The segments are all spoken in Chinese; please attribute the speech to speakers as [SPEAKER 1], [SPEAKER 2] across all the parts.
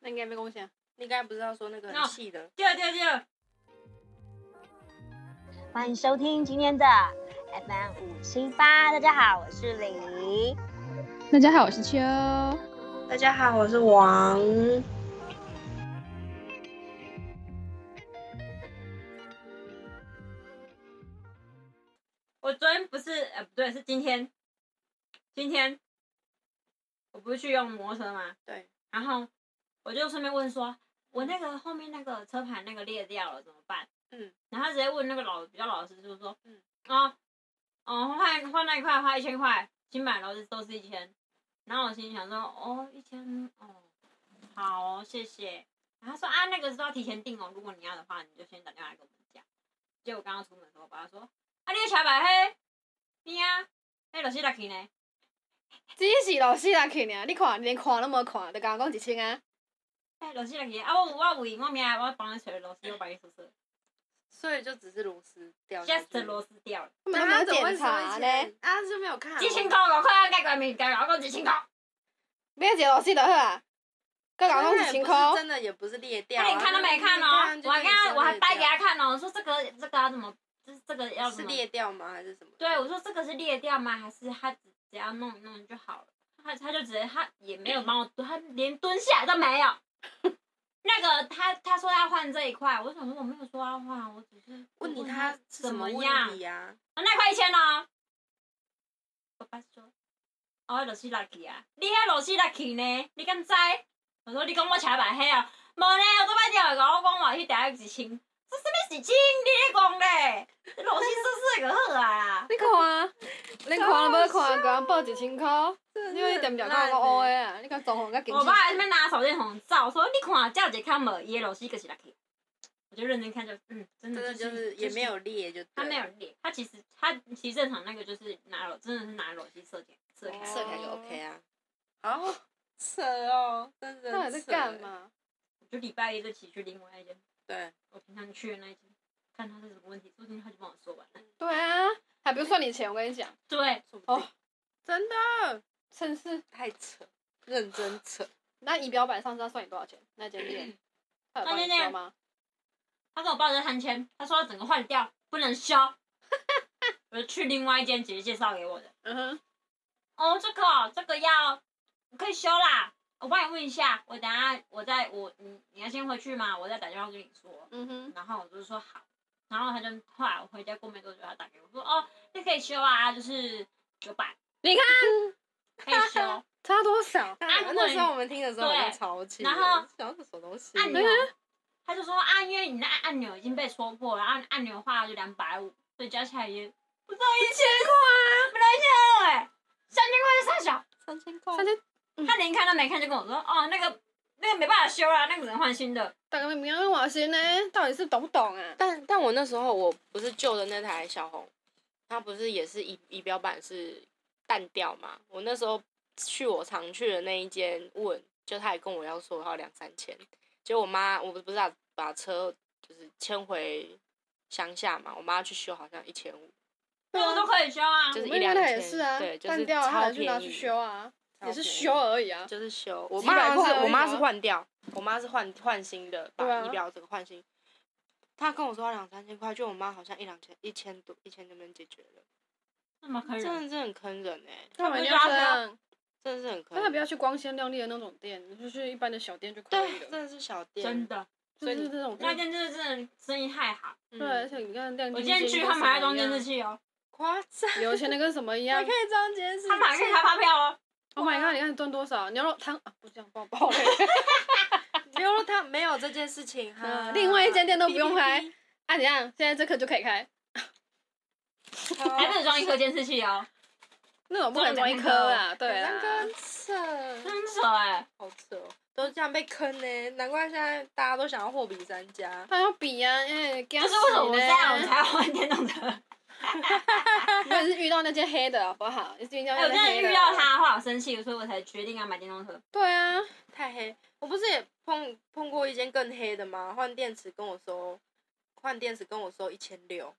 [SPEAKER 1] 那应该没贡献。
[SPEAKER 2] 你刚才不是要说那个
[SPEAKER 3] 哦
[SPEAKER 2] 很细的？
[SPEAKER 3] 第二第二第二，
[SPEAKER 4] 欢迎收听今天的 FM 五七八，大家好，我是李。
[SPEAKER 1] 大家好，我是秋。
[SPEAKER 2] 大家好，我是王。
[SPEAKER 3] 我昨天不是呃不对，是今天，今天我不是去用摩托车吗？
[SPEAKER 2] 对。
[SPEAKER 3] 然后我就顺便问说，我那个后面那个车盘那个裂掉了怎么办？
[SPEAKER 2] 嗯。
[SPEAKER 3] 然后他直接问那个老比较老实，就是说，
[SPEAKER 2] 嗯，
[SPEAKER 3] 啊，哦换换那一块花一千块，新买都是都是一千。然后我心里想说，哦一千哦，好哦谢谢。然后他说啊那个是要提前订哦，如果你要的话，你就先打电话来跟我们讲。结果我刚刚出门的时候，我爸说，啊你的车牌嘿，你啊，嘿就是六去呢。
[SPEAKER 1] 只是老师来去啊尔，你看你连看都无看，就甲我讲一千啊？
[SPEAKER 3] 哎，老师来去啊！我我为我明仔我帮你找老师，我帮你说说。
[SPEAKER 2] 所以就只是螺丝掉下去。
[SPEAKER 3] just 螺丝掉了，
[SPEAKER 1] 他
[SPEAKER 2] 那
[SPEAKER 1] 们
[SPEAKER 2] 他
[SPEAKER 1] 还
[SPEAKER 2] 怎么会
[SPEAKER 1] 检
[SPEAKER 2] 收
[SPEAKER 1] 查
[SPEAKER 2] 一
[SPEAKER 1] 呢？
[SPEAKER 2] 千？啊，是没有看。
[SPEAKER 3] 几千块我快要盖关面，盖我讲几千块，啊
[SPEAKER 1] 买一个老师就好啊，搁甲我
[SPEAKER 2] 那
[SPEAKER 1] 讲
[SPEAKER 2] 也
[SPEAKER 1] 一千
[SPEAKER 2] 啊不是
[SPEAKER 1] 箍。。
[SPEAKER 2] 真的也不是裂掉、
[SPEAKER 3] 他
[SPEAKER 2] 啊。
[SPEAKER 3] 连看都没看
[SPEAKER 2] 那
[SPEAKER 3] 哦
[SPEAKER 2] 你，
[SPEAKER 3] 我
[SPEAKER 2] 这样就跟你
[SPEAKER 3] 还跟他
[SPEAKER 2] 说
[SPEAKER 3] 我还
[SPEAKER 2] 裂
[SPEAKER 3] 掰给
[SPEAKER 2] 掉
[SPEAKER 3] 他看哦，我说这个这个要怎么，这这个要
[SPEAKER 2] 是
[SPEAKER 3] 怎么？
[SPEAKER 2] 裂掉吗？还是什么？
[SPEAKER 3] 对，我说这个是裂掉吗？还是他只只要弄一弄就好了？他他就直接他也没有帮我，他连蹲下都没有。那个他他说要换这一块，我想说我没有说要换，我只是
[SPEAKER 2] 问你他是
[SPEAKER 3] 怎
[SPEAKER 2] 么
[SPEAKER 3] 么
[SPEAKER 2] 问
[SPEAKER 3] 样
[SPEAKER 2] 题呀、
[SPEAKER 3] 啊，那块一千哦。爸爸说，哦，就是六去啊，你遐就是六去呢，你敢知？我说你讲我车牌黑啊，无呢，我都摆电话甲我讲话去第一一千，这什么一千？你咧讲咧？你老师说说就好啊
[SPEAKER 1] 你看啊，连看都无看，甲我报一千箍，
[SPEAKER 2] 啊？
[SPEAKER 1] 你为点点甲我讲乌的啊？你甲装潢甲警
[SPEAKER 3] 我爸
[SPEAKER 1] 察？
[SPEAKER 3] 还边拿手电筒照，说你看，这有一看无，伊的老师就是六去。我就认真看就，嗯，
[SPEAKER 2] 真
[SPEAKER 3] 真的
[SPEAKER 2] 的
[SPEAKER 3] 就
[SPEAKER 2] 就是是也没，有裂就对了，
[SPEAKER 3] 他没有裂，他其实他其实正常那个就是拿了，真的是拿螺丝射箭射开，
[SPEAKER 2] 射开就
[SPEAKER 1] 哦
[SPEAKER 2] OK 啊。好扯哦，真的。欸
[SPEAKER 1] 到底在干？嘛？
[SPEAKER 3] 就礼拜一就起去另外一间，
[SPEAKER 2] 对，
[SPEAKER 3] 我平常去的那一间，看他是什么问题，说不定他就帮我说完了。
[SPEAKER 2] 嗯
[SPEAKER 1] 对啊，还不算你钱，我跟你讲，
[SPEAKER 3] 对，
[SPEAKER 2] 说不定
[SPEAKER 1] 哦
[SPEAKER 2] 真的
[SPEAKER 1] 真是
[SPEAKER 2] 太扯，认真扯。
[SPEAKER 1] 那仪表板上知道算你多少钱？那间店，他有帮你说吗？
[SPEAKER 3] 他跟我报了三千，他说要整个换掉，不能修。 我就去另外一间姐姐介绍给我的。
[SPEAKER 1] 嗯哼，
[SPEAKER 3] 哦，这个哦这个要可以修啦，我帮你问一下，我等下我再我你你要先回去吗？我再打电话跟你说。
[SPEAKER 1] 嗯哼，
[SPEAKER 3] 然后我就说好，然后他就后来我回家过没多久，他打给我说哦，这可以修啊，就是九百，
[SPEAKER 1] 你看
[SPEAKER 3] 可以 修。
[SPEAKER 1] 差多少？
[SPEAKER 2] 啊
[SPEAKER 3] 如果
[SPEAKER 2] 那
[SPEAKER 3] 你
[SPEAKER 2] 时候我们听的时候好像
[SPEAKER 3] 对
[SPEAKER 2] 超气的，
[SPEAKER 3] 然后啊
[SPEAKER 2] 想是什么东西？
[SPEAKER 3] 按钮，他就说啊，因为你那按钮已经被戳破了，啊按按钮的话就两百五，所以加起来也不到一千块，啊不到一千二哎，三千块就差
[SPEAKER 2] 三千块
[SPEAKER 1] 三千，
[SPEAKER 3] 小。 他连看都没看就跟我说，哦，那个那个没办法修啦，那个只能换新的。
[SPEAKER 1] 大概明天我先呢，到底是懂不懂啊？
[SPEAKER 2] 但但我那时候我不是旧的那台小红，它不是也是仪仪表板是淡掉嘛？我那时候去我常去的那一间问，就他也跟我要说要两三千，结果我妈我不是把把车就是迁回乡下嘛，我妈去修好像一千五，
[SPEAKER 3] 那个都可以修啊，
[SPEAKER 2] 就是一
[SPEAKER 1] 我因为
[SPEAKER 2] 两
[SPEAKER 1] 他
[SPEAKER 2] 千，
[SPEAKER 1] 也是啊，
[SPEAKER 2] 对，就
[SPEAKER 1] 断
[SPEAKER 2] 是
[SPEAKER 1] 掉他
[SPEAKER 2] 超
[SPEAKER 1] 也去拿
[SPEAKER 2] 便
[SPEAKER 1] 去
[SPEAKER 2] 宜，
[SPEAKER 1] 修啊，
[SPEAKER 2] 超
[SPEAKER 1] 也是
[SPEAKER 2] 便宜
[SPEAKER 1] 修而已啊。
[SPEAKER 2] 就是修。我
[SPEAKER 1] 几百
[SPEAKER 2] 妈好像
[SPEAKER 1] 块而
[SPEAKER 2] 是
[SPEAKER 1] 已
[SPEAKER 2] 我妈
[SPEAKER 1] 吧
[SPEAKER 2] 是换掉，我妈是换换新的，
[SPEAKER 1] 对
[SPEAKER 2] 把
[SPEAKER 1] 啊
[SPEAKER 2] 仪表这个换新。她跟我说要两三千块，就我妈好像一两千、一千多、一千就能解决了。
[SPEAKER 3] 那么可以。
[SPEAKER 2] 真的是很坑人哎、
[SPEAKER 1] 干嘛一定要
[SPEAKER 3] 他
[SPEAKER 1] 这
[SPEAKER 3] 们就要
[SPEAKER 1] 样？
[SPEAKER 2] 真的是很坑
[SPEAKER 1] 大家
[SPEAKER 2] 人。
[SPEAKER 1] 不要去光鲜亮丽的那种店，你就去一般的小店就可以
[SPEAKER 2] 对，真
[SPEAKER 1] 了。
[SPEAKER 2] 的是小店，
[SPEAKER 3] 真的，
[SPEAKER 1] 就
[SPEAKER 2] 所以
[SPEAKER 1] 是
[SPEAKER 2] 你
[SPEAKER 1] 这种
[SPEAKER 3] 那
[SPEAKER 1] 店，
[SPEAKER 3] 间真的真的生意太好。
[SPEAKER 2] 嗯
[SPEAKER 1] 对，而且你看亮晶晶
[SPEAKER 3] 我今天去，他们还在装监视器哦，
[SPEAKER 2] 夸张，
[SPEAKER 1] 有钱的跟什么一
[SPEAKER 2] 还
[SPEAKER 1] 样
[SPEAKER 2] 可。以装监视器，
[SPEAKER 3] 他们还可以开发票哦。
[SPEAKER 1] Oh my god！你看你赚多少？牛肉汤啊，不是这样爆爆 嘞。
[SPEAKER 2] 牛肉汤没有这件事情哈。
[SPEAKER 1] 嗯另外一间店都不用拍
[SPEAKER 2] 哔哔
[SPEAKER 1] 啊，怎样？现在这刻就可以开，
[SPEAKER 2] 哔，
[SPEAKER 3] 还可以装一颗监视 器哦，
[SPEAKER 1] 那种不可能装一颗啦，对啊
[SPEAKER 2] 两
[SPEAKER 1] 啦
[SPEAKER 2] 根。扯，
[SPEAKER 3] 真扯哎！
[SPEAKER 2] 好扯哦，都这样被坑呢、难怪现在大家都想要货比三家。
[SPEAKER 1] 他要比啊，因为就
[SPEAKER 3] 就是为什么我这样，我才要换 电动车。
[SPEAKER 1] 我也是遇到那件黑的好不好？也是遇到
[SPEAKER 3] 哎，
[SPEAKER 1] 那
[SPEAKER 3] 我
[SPEAKER 1] 件
[SPEAKER 3] 真的
[SPEAKER 1] 黑的。
[SPEAKER 3] 遇到。他，后来我生气，所以我才决定要买电动车。
[SPEAKER 1] 对啊，
[SPEAKER 2] 太黑。我不是也碰碰过一间更黑的吗？换电池跟我收，换电池跟我收一千六，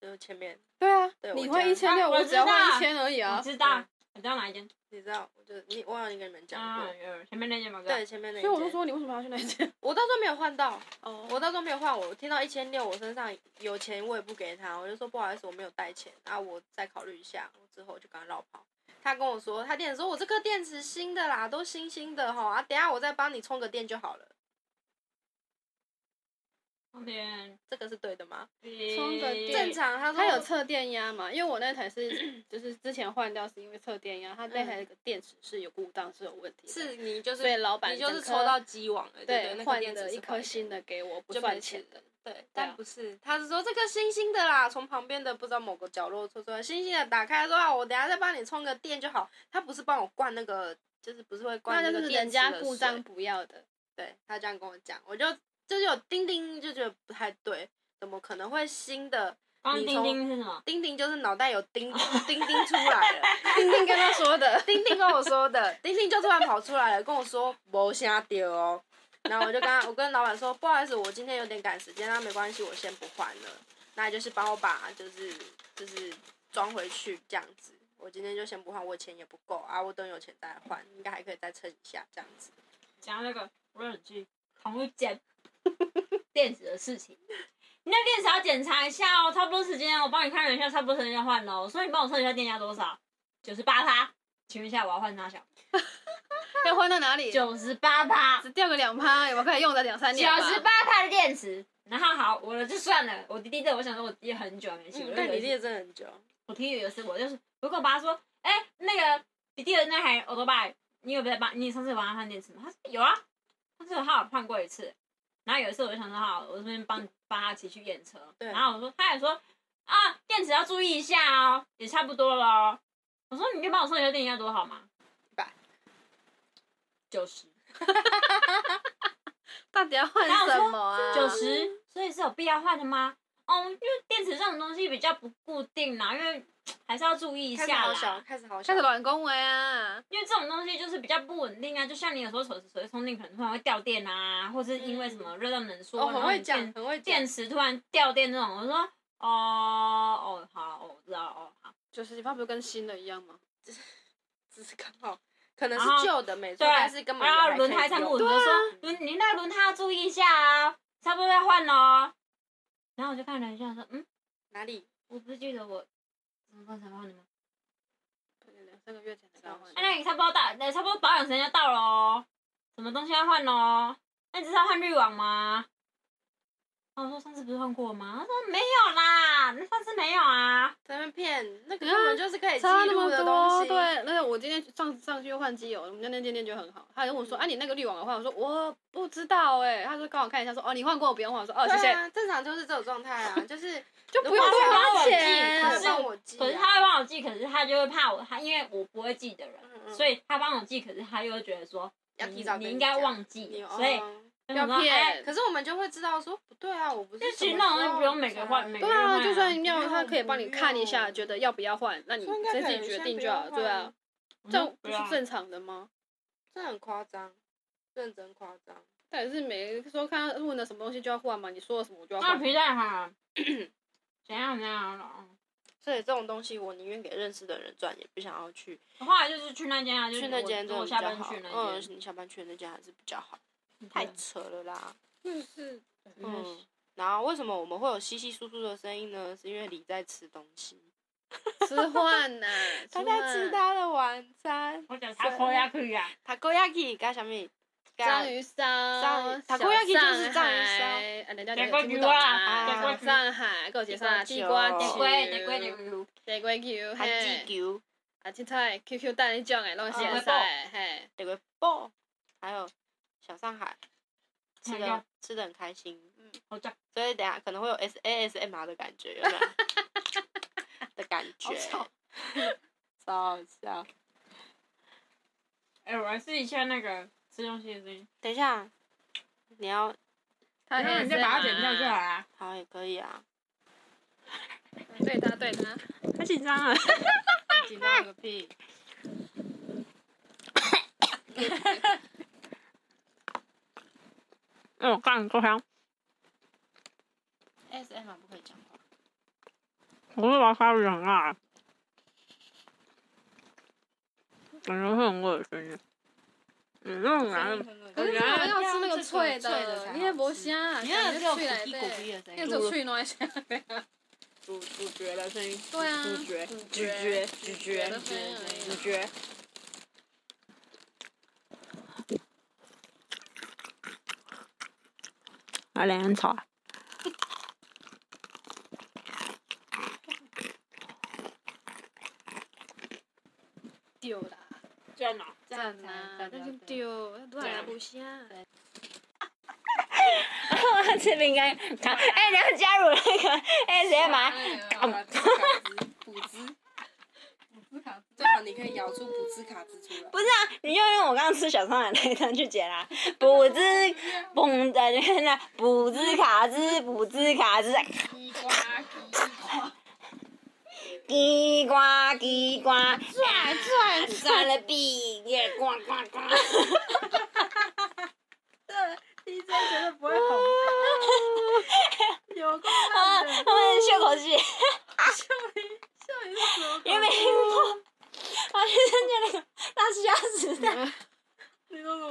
[SPEAKER 2] 就是前面
[SPEAKER 1] 对啊
[SPEAKER 2] 对，我
[SPEAKER 1] 你
[SPEAKER 2] 家
[SPEAKER 1] 换一千六，
[SPEAKER 3] 啊我
[SPEAKER 1] 只要
[SPEAKER 3] 知道
[SPEAKER 1] 换一千而已
[SPEAKER 3] 我
[SPEAKER 1] 啊。
[SPEAKER 3] 知道
[SPEAKER 2] 嗯，
[SPEAKER 3] 你知道哪一间？
[SPEAKER 2] 你知道，我就你我好像跟你们讲
[SPEAKER 3] 啊
[SPEAKER 2] 过，，
[SPEAKER 3] 有前面那间吗？哥，
[SPEAKER 2] 对，前面那一
[SPEAKER 1] 所以我就
[SPEAKER 2] 间
[SPEAKER 1] 说你为什么要去那间？
[SPEAKER 2] 我到时候没有换到，
[SPEAKER 1] 哦
[SPEAKER 2] 我到时候没有换，我听到一千六，我身上有钱我也不给他，我就说不好意思，我没有带钱，啊，我再考虑一下，我之后就跟他绕跑。他跟我说，他店长说我这颗电池新的啦，都新新的哈，啊，等一下我再帮你充个电就好了，
[SPEAKER 3] 充电
[SPEAKER 2] 这个是对的吗？
[SPEAKER 1] 充个电
[SPEAKER 2] 正常，他说
[SPEAKER 1] 它有测电压嘛？因为我那台是就是之前换掉是因为测电压，它那台那个电池是有故障是有问题的，
[SPEAKER 2] 是你就是
[SPEAKER 1] 所以老板
[SPEAKER 2] 你就是
[SPEAKER 1] 整颗
[SPEAKER 2] 抽到鸡网了，对，
[SPEAKER 1] 对
[SPEAKER 2] 那个
[SPEAKER 1] 换
[SPEAKER 2] 电
[SPEAKER 1] 的
[SPEAKER 2] 池
[SPEAKER 1] 一颗新的给我，不
[SPEAKER 2] 就
[SPEAKER 1] 算
[SPEAKER 2] 没
[SPEAKER 1] 钱
[SPEAKER 2] 钱
[SPEAKER 1] 的
[SPEAKER 2] 的。，对，
[SPEAKER 1] 啊
[SPEAKER 2] 但不是，他是说这个新新的啦，从旁边的不知道某个角落抽出来，新新的打开说啊，我等下再帮你充个电就好。他不是帮我灌那个，就是不是会灌
[SPEAKER 1] 那
[SPEAKER 2] 那
[SPEAKER 1] 就
[SPEAKER 2] 个
[SPEAKER 1] 是
[SPEAKER 2] 电
[SPEAKER 1] 人
[SPEAKER 2] 池
[SPEAKER 1] 家
[SPEAKER 2] 的
[SPEAKER 1] 故
[SPEAKER 2] 水
[SPEAKER 1] 障，不要的，
[SPEAKER 2] 对他这样跟我讲，我就就是有叮叮就觉得不太对，怎么可能会新的？
[SPEAKER 3] 刚刚
[SPEAKER 2] 你
[SPEAKER 3] 钉
[SPEAKER 2] 从
[SPEAKER 3] 钉是什么？
[SPEAKER 2] 叮叮就是脑袋有叮叮叮出来了，。
[SPEAKER 1] 丁丁跟他说 的
[SPEAKER 2] 丁丁跟我说的，丁丁就突然跑出来了，跟我说没瞎丢哦。然后我就跟他，我跟老板说，不好意思，我今天有点赶时间，那没关系，我先不换了。那就是帮我把就是就是装回去这样子，我今天就先不换，我钱也不够啊，我等有钱再来换，应该还可以再撑一下这样子。
[SPEAKER 3] 讲那个我有句同一件电子的事情，你那电池要检查一下哦，差不多时间，我帮你看了一下，差不多时间要换喽，所以你帮我测一下电压多少，九十八趴。请问一下，我要换哪小？
[SPEAKER 1] 要换到哪里？
[SPEAKER 3] 九十八趴，
[SPEAKER 1] 只掉个两趴，我可以用到两三
[SPEAKER 3] 九
[SPEAKER 1] 年吧。
[SPEAKER 3] 十八趴的电池。然后好，我的就算了，我滴滴的，我想说我滴滴很久还没洗，
[SPEAKER 2] 嗯，
[SPEAKER 3] 我就
[SPEAKER 2] 但
[SPEAKER 3] 有
[SPEAKER 2] 你
[SPEAKER 3] 一次
[SPEAKER 2] 列真的很久，
[SPEAKER 3] 我听有一次我就是，如果爸说，哎、那个滴滴的那台欧多巴，你有没有帮？你上次有帮他换电池吗？他说有啊，上次他有换过一次。然后有一次我就想说，好，我这边帮帮他骑去验车。
[SPEAKER 2] 对
[SPEAKER 3] 然后我说，他也说啊，电池要注意一下哦，也差不多了哦。我说你就帮我测一下电压多好吗？
[SPEAKER 2] 一百
[SPEAKER 3] 九十。
[SPEAKER 1] 到底要换什么啊？
[SPEAKER 3] 九十，所以是有必要换的吗？哦，因为电池这种东西比较不固定啦，因为还是要注意一
[SPEAKER 2] 开始
[SPEAKER 3] 下
[SPEAKER 2] 好小，
[SPEAKER 3] 啦。
[SPEAKER 2] 开始好小
[SPEAKER 1] 开始，乱恭维啊！
[SPEAKER 3] 因为这种东西就是比较不稳定啊，就像你有时候手手机充电可能突然会掉电啊，或是因为什么热胀冷缩，
[SPEAKER 2] 哦，
[SPEAKER 3] 啊然
[SPEAKER 2] 很
[SPEAKER 3] 后你
[SPEAKER 2] 会讲，
[SPEAKER 3] 电
[SPEAKER 2] 很会讲
[SPEAKER 3] 电，池突然掉电这种，我说哦哦好哦，我知道了哦好，
[SPEAKER 1] 九十几趴不是跟新的一样吗？
[SPEAKER 2] 只是刚好可能
[SPEAKER 3] 然后
[SPEAKER 2] 是旧的没错，
[SPEAKER 3] 对
[SPEAKER 2] 但是根本
[SPEAKER 3] 然
[SPEAKER 2] 也嗯还可
[SPEAKER 3] 后
[SPEAKER 2] 以
[SPEAKER 3] 轮胎上面我
[SPEAKER 2] 用啊
[SPEAKER 3] 就
[SPEAKER 1] 啊
[SPEAKER 3] 说轮你那轮胎要注意一下啊，差不多要换了哦。然后我就看了一下说嗯，
[SPEAKER 2] 哪里？
[SPEAKER 3] 我不是记得我什么时候才换的吗？
[SPEAKER 1] 两三个月前才刚换
[SPEAKER 3] 啊，。
[SPEAKER 2] 哎
[SPEAKER 3] 那你差不多到，那差不多保养时间就到了哦，什么东西要换哦？那你知道换滤网吗？然后我说上次不是换过吗？他说没有啦，那上次没有啊。
[SPEAKER 2] 在那边骗，那个
[SPEAKER 1] 对啊
[SPEAKER 2] 根本就是可以记
[SPEAKER 1] 差那
[SPEAKER 2] 录
[SPEAKER 1] 么
[SPEAKER 2] 的东
[SPEAKER 1] 多，
[SPEAKER 2] 西。
[SPEAKER 1] 对，那个我今天上上去又换机油，我们家那间店就很好。他还跟我说，啊，你那个滤网的话，我说我不知道哎。他说刚好看一下，说哦，你换过，我不用换。我说哦，谢
[SPEAKER 2] 对
[SPEAKER 1] 谢，
[SPEAKER 2] 啊，正常就是这种状态 啊，就是
[SPEAKER 1] 就不用
[SPEAKER 2] 如果
[SPEAKER 1] 再
[SPEAKER 2] 他
[SPEAKER 1] 花
[SPEAKER 2] 帮我记
[SPEAKER 1] 钱。
[SPEAKER 2] 他
[SPEAKER 3] 可是
[SPEAKER 2] 帮我记啊，
[SPEAKER 3] 可是他会帮我记，可是他就会怕我，他因为我不会记的人，
[SPEAKER 2] 嗯嗯
[SPEAKER 3] 所以他帮我记，可是他又会觉得说
[SPEAKER 2] 要
[SPEAKER 3] 你
[SPEAKER 2] 提早
[SPEAKER 3] 你
[SPEAKER 2] 跟
[SPEAKER 3] 应
[SPEAKER 2] 你
[SPEAKER 3] 该
[SPEAKER 2] 讲
[SPEAKER 3] 忘记
[SPEAKER 2] 你，
[SPEAKER 3] 所以
[SPEAKER 2] 哦
[SPEAKER 3] 不
[SPEAKER 1] 要骗
[SPEAKER 2] 可是我们就会知道说不对啊，我不是
[SPEAKER 3] 就其实
[SPEAKER 2] 什么
[SPEAKER 3] 那种东西
[SPEAKER 2] 时候
[SPEAKER 3] 不用每个换每个
[SPEAKER 1] 对
[SPEAKER 3] 月换
[SPEAKER 1] 啊，
[SPEAKER 3] 啊
[SPEAKER 1] 就算要
[SPEAKER 2] 不
[SPEAKER 1] 他
[SPEAKER 2] 用
[SPEAKER 1] 可以帮你看一
[SPEAKER 2] 不
[SPEAKER 1] 下，
[SPEAKER 2] 用
[SPEAKER 1] 觉得要不要换，那你
[SPEAKER 2] 说应该
[SPEAKER 1] 自
[SPEAKER 2] 可以
[SPEAKER 1] 己决
[SPEAKER 2] 先
[SPEAKER 1] 定
[SPEAKER 2] 不
[SPEAKER 1] 就
[SPEAKER 2] 用
[SPEAKER 1] 好。对啊
[SPEAKER 2] 换，
[SPEAKER 3] 我
[SPEAKER 1] 这
[SPEAKER 3] 说
[SPEAKER 1] 不
[SPEAKER 3] 要
[SPEAKER 1] 是正常的吗？
[SPEAKER 2] 这很夸张，认真夸张。
[SPEAKER 1] 但是每说看他问的什么东西就要换嘛，你说了什么我就要
[SPEAKER 3] 那
[SPEAKER 1] 换。
[SPEAKER 3] 皮蛋哈，怎样怎样了？嗯
[SPEAKER 2] 所以这种东西，我宁愿给认识的人赚，也不想要去
[SPEAKER 3] 我后来就是去那间啊，就是
[SPEAKER 2] 去那间，
[SPEAKER 3] 我
[SPEAKER 2] 真的
[SPEAKER 3] 我
[SPEAKER 2] 比
[SPEAKER 3] 下
[SPEAKER 2] 较
[SPEAKER 3] 班
[SPEAKER 2] 好。
[SPEAKER 3] 去那
[SPEAKER 2] 嗯，
[SPEAKER 3] 间，
[SPEAKER 2] 你下班去的那间还是比较好，太
[SPEAKER 3] 太
[SPEAKER 2] 扯了啦。
[SPEAKER 1] 就是
[SPEAKER 2] 嗯，然后为什么我们会有稀稀疏疏的声音呢？是因为李在吃东西，
[SPEAKER 1] 吃饭呐，
[SPEAKER 2] 他在吃他
[SPEAKER 1] 饭
[SPEAKER 2] 的晚餐，
[SPEAKER 3] 我讲他口也可以啊。
[SPEAKER 2] 塔锅亚 i 干什么？
[SPEAKER 1] 章鱼烧，
[SPEAKER 2] 章鱼
[SPEAKER 1] 小
[SPEAKER 2] takoyaki 就是
[SPEAKER 1] 上
[SPEAKER 2] 章鱼
[SPEAKER 1] 海
[SPEAKER 2] 烧
[SPEAKER 1] 啊，人家
[SPEAKER 3] 铁
[SPEAKER 1] 听
[SPEAKER 3] 锅
[SPEAKER 1] 不
[SPEAKER 3] 球
[SPEAKER 1] 懂
[SPEAKER 3] 啊
[SPEAKER 2] 铁锅
[SPEAKER 1] 啊。
[SPEAKER 3] 球
[SPEAKER 1] 上海，还有一个叫啥？
[SPEAKER 2] 地
[SPEAKER 1] 地
[SPEAKER 2] 瓜
[SPEAKER 1] 瓜
[SPEAKER 2] 球
[SPEAKER 1] 球，
[SPEAKER 3] 得贵得贵得贵，
[SPEAKER 1] 地瓜球，
[SPEAKER 2] 还
[SPEAKER 1] 嘿，
[SPEAKER 2] 鸡球，
[SPEAKER 1] 啊，凊彩 QQ 蛋迄种诶，拢是
[SPEAKER 2] 啊
[SPEAKER 1] 会使的，嘿，
[SPEAKER 2] 这个爆，还有小上海，吃
[SPEAKER 3] 哎
[SPEAKER 2] 的
[SPEAKER 3] 呀嗯
[SPEAKER 2] 吃的很开心，嗯
[SPEAKER 3] 好吃。
[SPEAKER 2] 所以等下可能会有 S A S M R 的感觉，有没 有？的感觉，
[SPEAKER 1] 吵
[SPEAKER 2] 超好笑。
[SPEAKER 3] 哎、我来试一下那个吃东西的声音，
[SPEAKER 2] 等一下，你要
[SPEAKER 1] 他
[SPEAKER 3] 然后
[SPEAKER 1] 也
[SPEAKER 3] 你
[SPEAKER 1] 是
[SPEAKER 3] 再把它
[SPEAKER 1] 嘛
[SPEAKER 3] 剪掉就好啦。
[SPEAKER 2] 好也可以啊，
[SPEAKER 1] 对他，对他，
[SPEAKER 3] 太紧张了，
[SPEAKER 2] 你紧张个屁！
[SPEAKER 3] 因为哎我刚够香，
[SPEAKER 2] S M 不可以讲话。
[SPEAKER 3] 啊我是娃娃鱼很辣。
[SPEAKER 5] 感觉会很恶心。你
[SPEAKER 3] 嗯
[SPEAKER 5] 弄
[SPEAKER 2] 声
[SPEAKER 5] 来
[SPEAKER 2] 音很恶
[SPEAKER 1] 可是
[SPEAKER 2] 心
[SPEAKER 1] 你们要吃那
[SPEAKER 2] 要
[SPEAKER 1] 个
[SPEAKER 2] 吃
[SPEAKER 1] 脆
[SPEAKER 2] 脆的才好
[SPEAKER 1] 你也不香，
[SPEAKER 2] 你看
[SPEAKER 1] 啊感
[SPEAKER 2] 只有
[SPEAKER 1] 觉
[SPEAKER 2] 苦
[SPEAKER 1] 脆
[SPEAKER 2] 逼苦逼
[SPEAKER 1] 来
[SPEAKER 2] 的声
[SPEAKER 1] 对，那
[SPEAKER 2] 音，
[SPEAKER 1] 只有脆那些。
[SPEAKER 2] 主主角的声音，
[SPEAKER 1] 对啊
[SPEAKER 2] 主角，
[SPEAKER 1] 主
[SPEAKER 2] 主
[SPEAKER 1] 角
[SPEAKER 2] 角，主角，
[SPEAKER 1] 主角的声音而已
[SPEAKER 2] 主角，
[SPEAKER 5] 来点草，
[SPEAKER 3] 啊
[SPEAKER 1] 丢啦，
[SPEAKER 3] 在 哪？
[SPEAKER 1] 赞啦，啊那就丢，不然不香。
[SPEAKER 5] 吃饼干，糖哎，你要加入那个哎 ASMR，
[SPEAKER 6] 啊补兹，补兹卡兹，最好你可以咬出补兹卡兹出来。
[SPEAKER 5] 不是啊，你就用我刚刚吃小苍兰那一段去解啦。补兹，嘣的那个补兹卡兹，补兹卡兹，
[SPEAKER 6] 西瓜，西瓜，
[SPEAKER 5] 叽呱叽呱，转转转了毕业，呱呱 呱。
[SPEAKER 3] DJ 绝对不会红，有够
[SPEAKER 5] 啊，
[SPEAKER 3] 烂的。
[SPEAKER 5] 他们笑口气，因为没听过，我去参加那个大西哈时代，
[SPEAKER 3] 你说什么？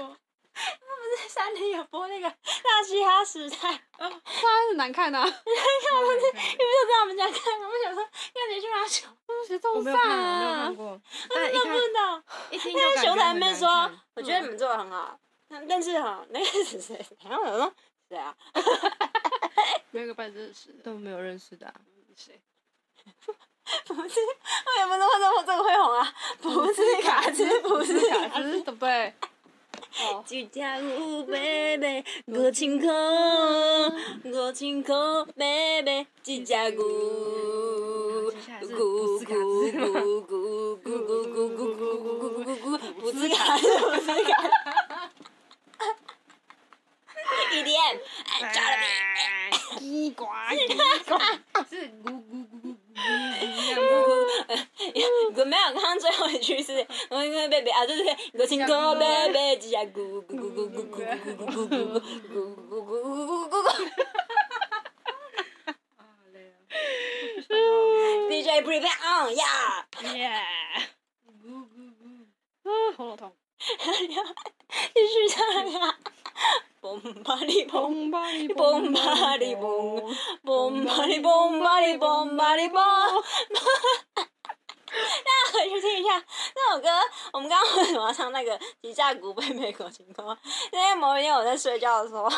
[SPEAKER 5] 三林有播那个大西哈时代，
[SPEAKER 1] 它很难看的，
[SPEAKER 5] 因为就在我们家看，我们想说要你去哪熊，
[SPEAKER 1] 谁做饭啊？
[SPEAKER 6] 过，
[SPEAKER 5] 但都不知道。
[SPEAKER 6] 一听
[SPEAKER 5] 那个熊仔
[SPEAKER 6] 台
[SPEAKER 5] 妹说，我觉得你们做的很好，但但是哈，那个是谁？然后我说谁啊？
[SPEAKER 1] 没有个半认识的，
[SPEAKER 2] 都没有认识的啊，
[SPEAKER 1] 谁？
[SPEAKER 5] 不是，我也不知道为什么这个会红啊，不是卡兹，不是卡兹。
[SPEAKER 1] 是对不对？哦，
[SPEAKER 5] 居家舞妹妹，我清空，我清空妹妹，居家舞，咕咕咕咕咕咕咕咕咕咕咕咕咕咕咕，不是卡是不是卡。EDM，哎，抓了
[SPEAKER 6] 是咕咕咕咕咕咕咕咕。
[SPEAKER 5] 你！我没有，刚刚最后一句是，我因为 baby 啊，对对对，我清空 baby，居家咕咕咕咕咕咕咕咕咕咕咕咕咕咕咕咕咕。DJ prepare on yeah，
[SPEAKER 1] 啊喉咙痛。
[SPEAKER 5] 继续唱呀。嘣吧哩嘣，
[SPEAKER 1] 嘣吧哩
[SPEAKER 5] 嘣吧哩嘣，嘣吧哩嘣吧哩嘣吧哩嘣。大家回去听一下那首歌。我们刚刚为什么要唱那个《吉架鼓被美国情歌》？因为某一天我在睡觉的时候，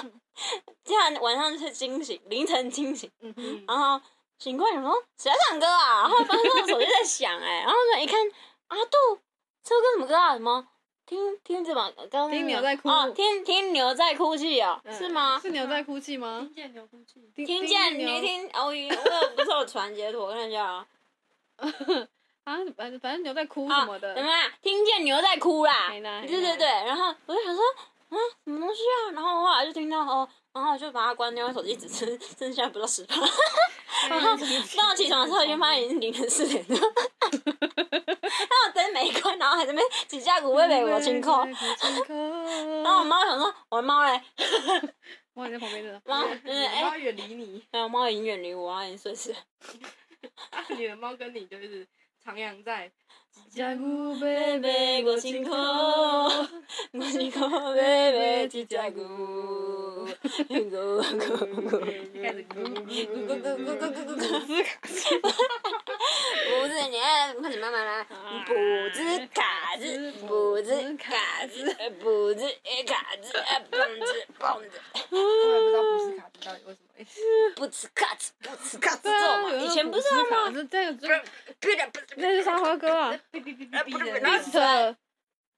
[SPEAKER 5] 竟然晚上是惊醒，凌晨惊醒，
[SPEAKER 1] 嗯
[SPEAKER 5] 然后醒过来想说谁在唱歌啊？然后发现我手机在响哎、 然后突然一看阿杜这首歌什么歌啊？什么？听听什么？刚刚
[SPEAKER 1] 听牛在哭嗯
[SPEAKER 5] 哦，听听牛在哭泣哦，是吗？
[SPEAKER 1] 是牛在哭泣吗？
[SPEAKER 6] 见牛哭泣，
[SPEAKER 5] 听见你听，哦，我有不是有传截图，我看一下啊。
[SPEAKER 1] 啊，反反正牛在哭
[SPEAKER 5] 啊
[SPEAKER 1] 什么的
[SPEAKER 5] 怎。么啦？听见牛在哭啦？
[SPEAKER 1] 没啦
[SPEAKER 5] 对
[SPEAKER 1] 没啦
[SPEAKER 5] 对对，然后我就想说，啊，什么东西啊？然后后来就听到哦，然后我就把它关掉，手机只剩剩下不到十八。然后当我起床的时候，已经发现已经凌晨四点了。那我灯没关，然后还在那边几下
[SPEAKER 1] 嗯
[SPEAKER 5] 鼓被美国清空。然后我
[SPEAKER 1] 然
[SPEAKER 5] 猫想说，我的猫嘞，
[SPEAKER 1] 我也在旁边的。
[SPEAKER 5] 猫
[SPEAKER 2] 嗯
[SPEAKER 5] 就是哎，
[SPEAKER 6] 猫远离你，
[SPEAKER 5] 然后猫已经远离我，它已经睡死了。
[SPEAKER 6] 啊，你的猫跟你就是徜徉在
[SPEAKER 1] 加古
[SPEAKER 5] 贝贝
[SPEAKER 1] 贝贝
[SPEAKER 5] 我
[SPEAKER 1] 我
[SPEAKER 5] 辛
[SPEAKER 1] 辛
[SPEAKER 5] 苦
[SPEAKER 1] 苦，
[SPEAKER 5] 我是个贝贝几只鼓， 鼓鼓鼓鼓。
[SPEAKER 6] 开始咕咕咕咕咕咕咕咕咕。
[SPEAKER 5] 不是你，快点慢慢来。补子卡子，补子卡子，补子卡子，蹦子蹦子，
[SPEAKER 6] 我也不知道不是卡兹到底为什么。
[SPEAKER 5] 不吃卡子，不吃卡子
[SPEAKER 1] 对
[SPEAKER 5] 咒
[SPEAKER 1] 啊
[SPEAKER 5] 嘛。，以前不是啊
[SPEAKER 1] 吗？是这个这个，那是啥花歌啊
[SPEAKER 6] 哔哔哔哔哔的
[SPEAKER 5] 然
[SPEAKER 6] 那
[SPEAKER 5] 后
[SPEAKER 6] 种。
[SPEAKER 1] ？Beat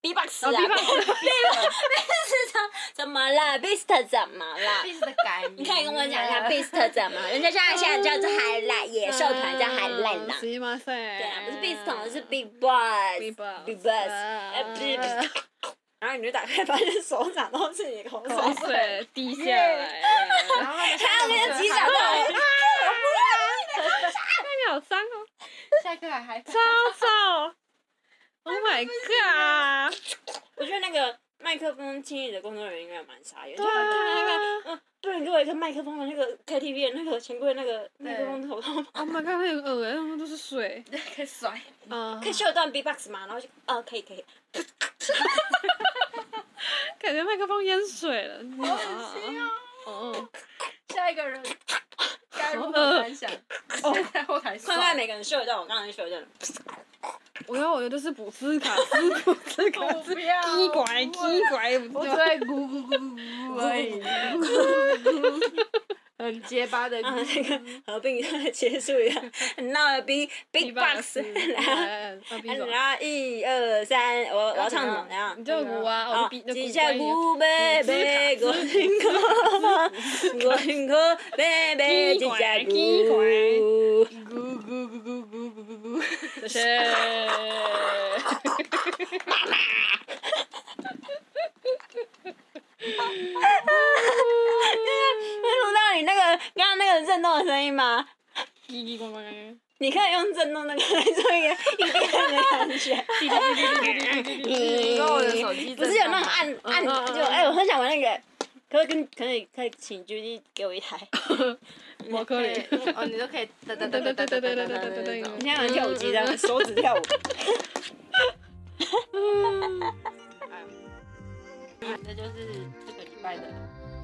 [SPEAKER 5] ，B box 啊
[SPEAKER 1] 哦，Beat Box，
[SPEAKER 5] ，Beast 怎怎么了？Beast 怎么了？
[SPEAKER 6] 必须的改名。
[SPEAKER 5] 你可以跟我讲一下 Beast 怎么？人家现在现在叫做海赖野兽团，叫海赖狼。
[SPEAKER 1] 是吗？塞。
[SPEAKER 5] 对啊，不是 Beast 团，是 Big
[SPEAKER 1] Big
[SPEAKER 5] Boss。
[SPEAKER 1] Boss。
[SPEAKER 5] Big Boss，哎不是然后你就打开，发现手掌都是你的口
[SPEAKER 1] 口
[SPEAKER 5] 水。
[SPEAKER 1] 水滴下来了，
[SPEAKER 6] 然后他们
[SPEAKER 5] 他们就
[SPEAKER 6] 下
[SPEAKER 5] 击掌到我。
[SPEAKER 1] 那你好脏哦，
[SPEAKER 6] 下课还害怕
[SPEAKER 1] 超臭！Oh my god！
[SPEAKER 5] 我觉得那个麦克风清理的工作人员应该蛮傻眼，就
[SPEAKER 1] 对
[SPEAKER 5] 啊干那 个，
[SPEAKER 1] 啊，
[SPEAKER 5] 不然给我一个麦克风的那个 KTV 的那个钱柜那个麦克风头套吗？
[SPEAKER 1] Oh my god，那很恶哎，他们都是水。
[SPEAKER 6] 可以甩。
[SPEAKER 1] 啊，
[SPEAKER 5] 可以秀一段 B-box 吗？然后就，呃，可以可以。
[SPEAKER 1] 感觉麦克风淹水 了。啊哦，
[SPEAKER 6] 下一个人，该如何感想？现在后台
[SPEAKER 5] 快快，
[SPEAKER 6] 甩。
[SPEAKER 5] 每个人秀一段，我刚才秀一段了。
[SPEAKER 1] 我要我的就是补兹卡斯，补兹卡 斯，
[SPEAKER 6] 不要
[SPEAKER 1] 叽拐叽拐，不
[SPEAKER 6] 我
[SPEAKER 1] 知
[SPEAKER 6] 只
[SPEAKER 1] 道
[SPEAKER 6] 会咕咕咕咕咕而已，很结巴的
[SPEAKER 5] 啊，
[SPEAKER 6] 咕
[SPEAKER 5] 那个合并结束 一下，很闹的 B Big
[SPEAKER 1] 一百
[SPEAKER 5] Box，
[SPEAKER 1] 四来来
[SPEAKER 6] 哎
[SPEAKER 1] 来，
[SPEAKER 5] 然后一二三，我我要唱什么？
[SPEAKER 6] 怎么样
[SPEAKER 5] 怎样？
[SPEAKER 1] 你就鼓啊，我
[SPEAKER 5] 啊
[SPEAKER 1] 就比，那
[SPEAKER 5] 只
[SPEAKER 1] 鼓
[SPEAKER 5] 下
[SPEAKER 1] 关于。
[SPEAKER 5] 古贝贝，我辛苦，我辛苦，贝贝只下古。
[SPEAKER 6] 咕咕咕咕咕咕咕咕。
[SPEAKER 1] 谢谢。嗯
[SPEAKER 5] 录到你那个刚刚那个震动的声音吗？
[SPEAKER 1] 叽 叽咣咣 咣
[SPEAKER 5] 你可以用震动那个来做一个一个的感 觉。嗯
[SPEAKER 6] 你说我的手机
[SPEAKER 5] 不是有那种
[SPEAKER 1] 嗯
[SPEAKER 5] 按按就哎，我很想玩那个，可以跟可以可以请 G D 给我一台。
[SPEAKER 1] 咣，我可以。
[SPEAKER 6] 哦，你都可以哒哒哒哒哒哒哒哒哒哒。
[SPEAKER 5] 你像跳舞
[SPEAKER 1] 嗯
[SPEAKER 5] 机这样，手指跳舞。
[SPEAKER 6] 这就是这个礼拜的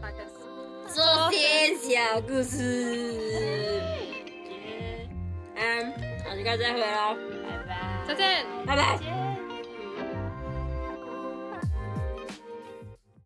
[SPEAKER 6] 大概是。
[SPEAKER 5] 昨天小故事。嗯，那我们就该再会喽，
[SPEAKER 1] 再见。
[SPEAKER 5] 拜拜。
[SPEAKER 6] 耶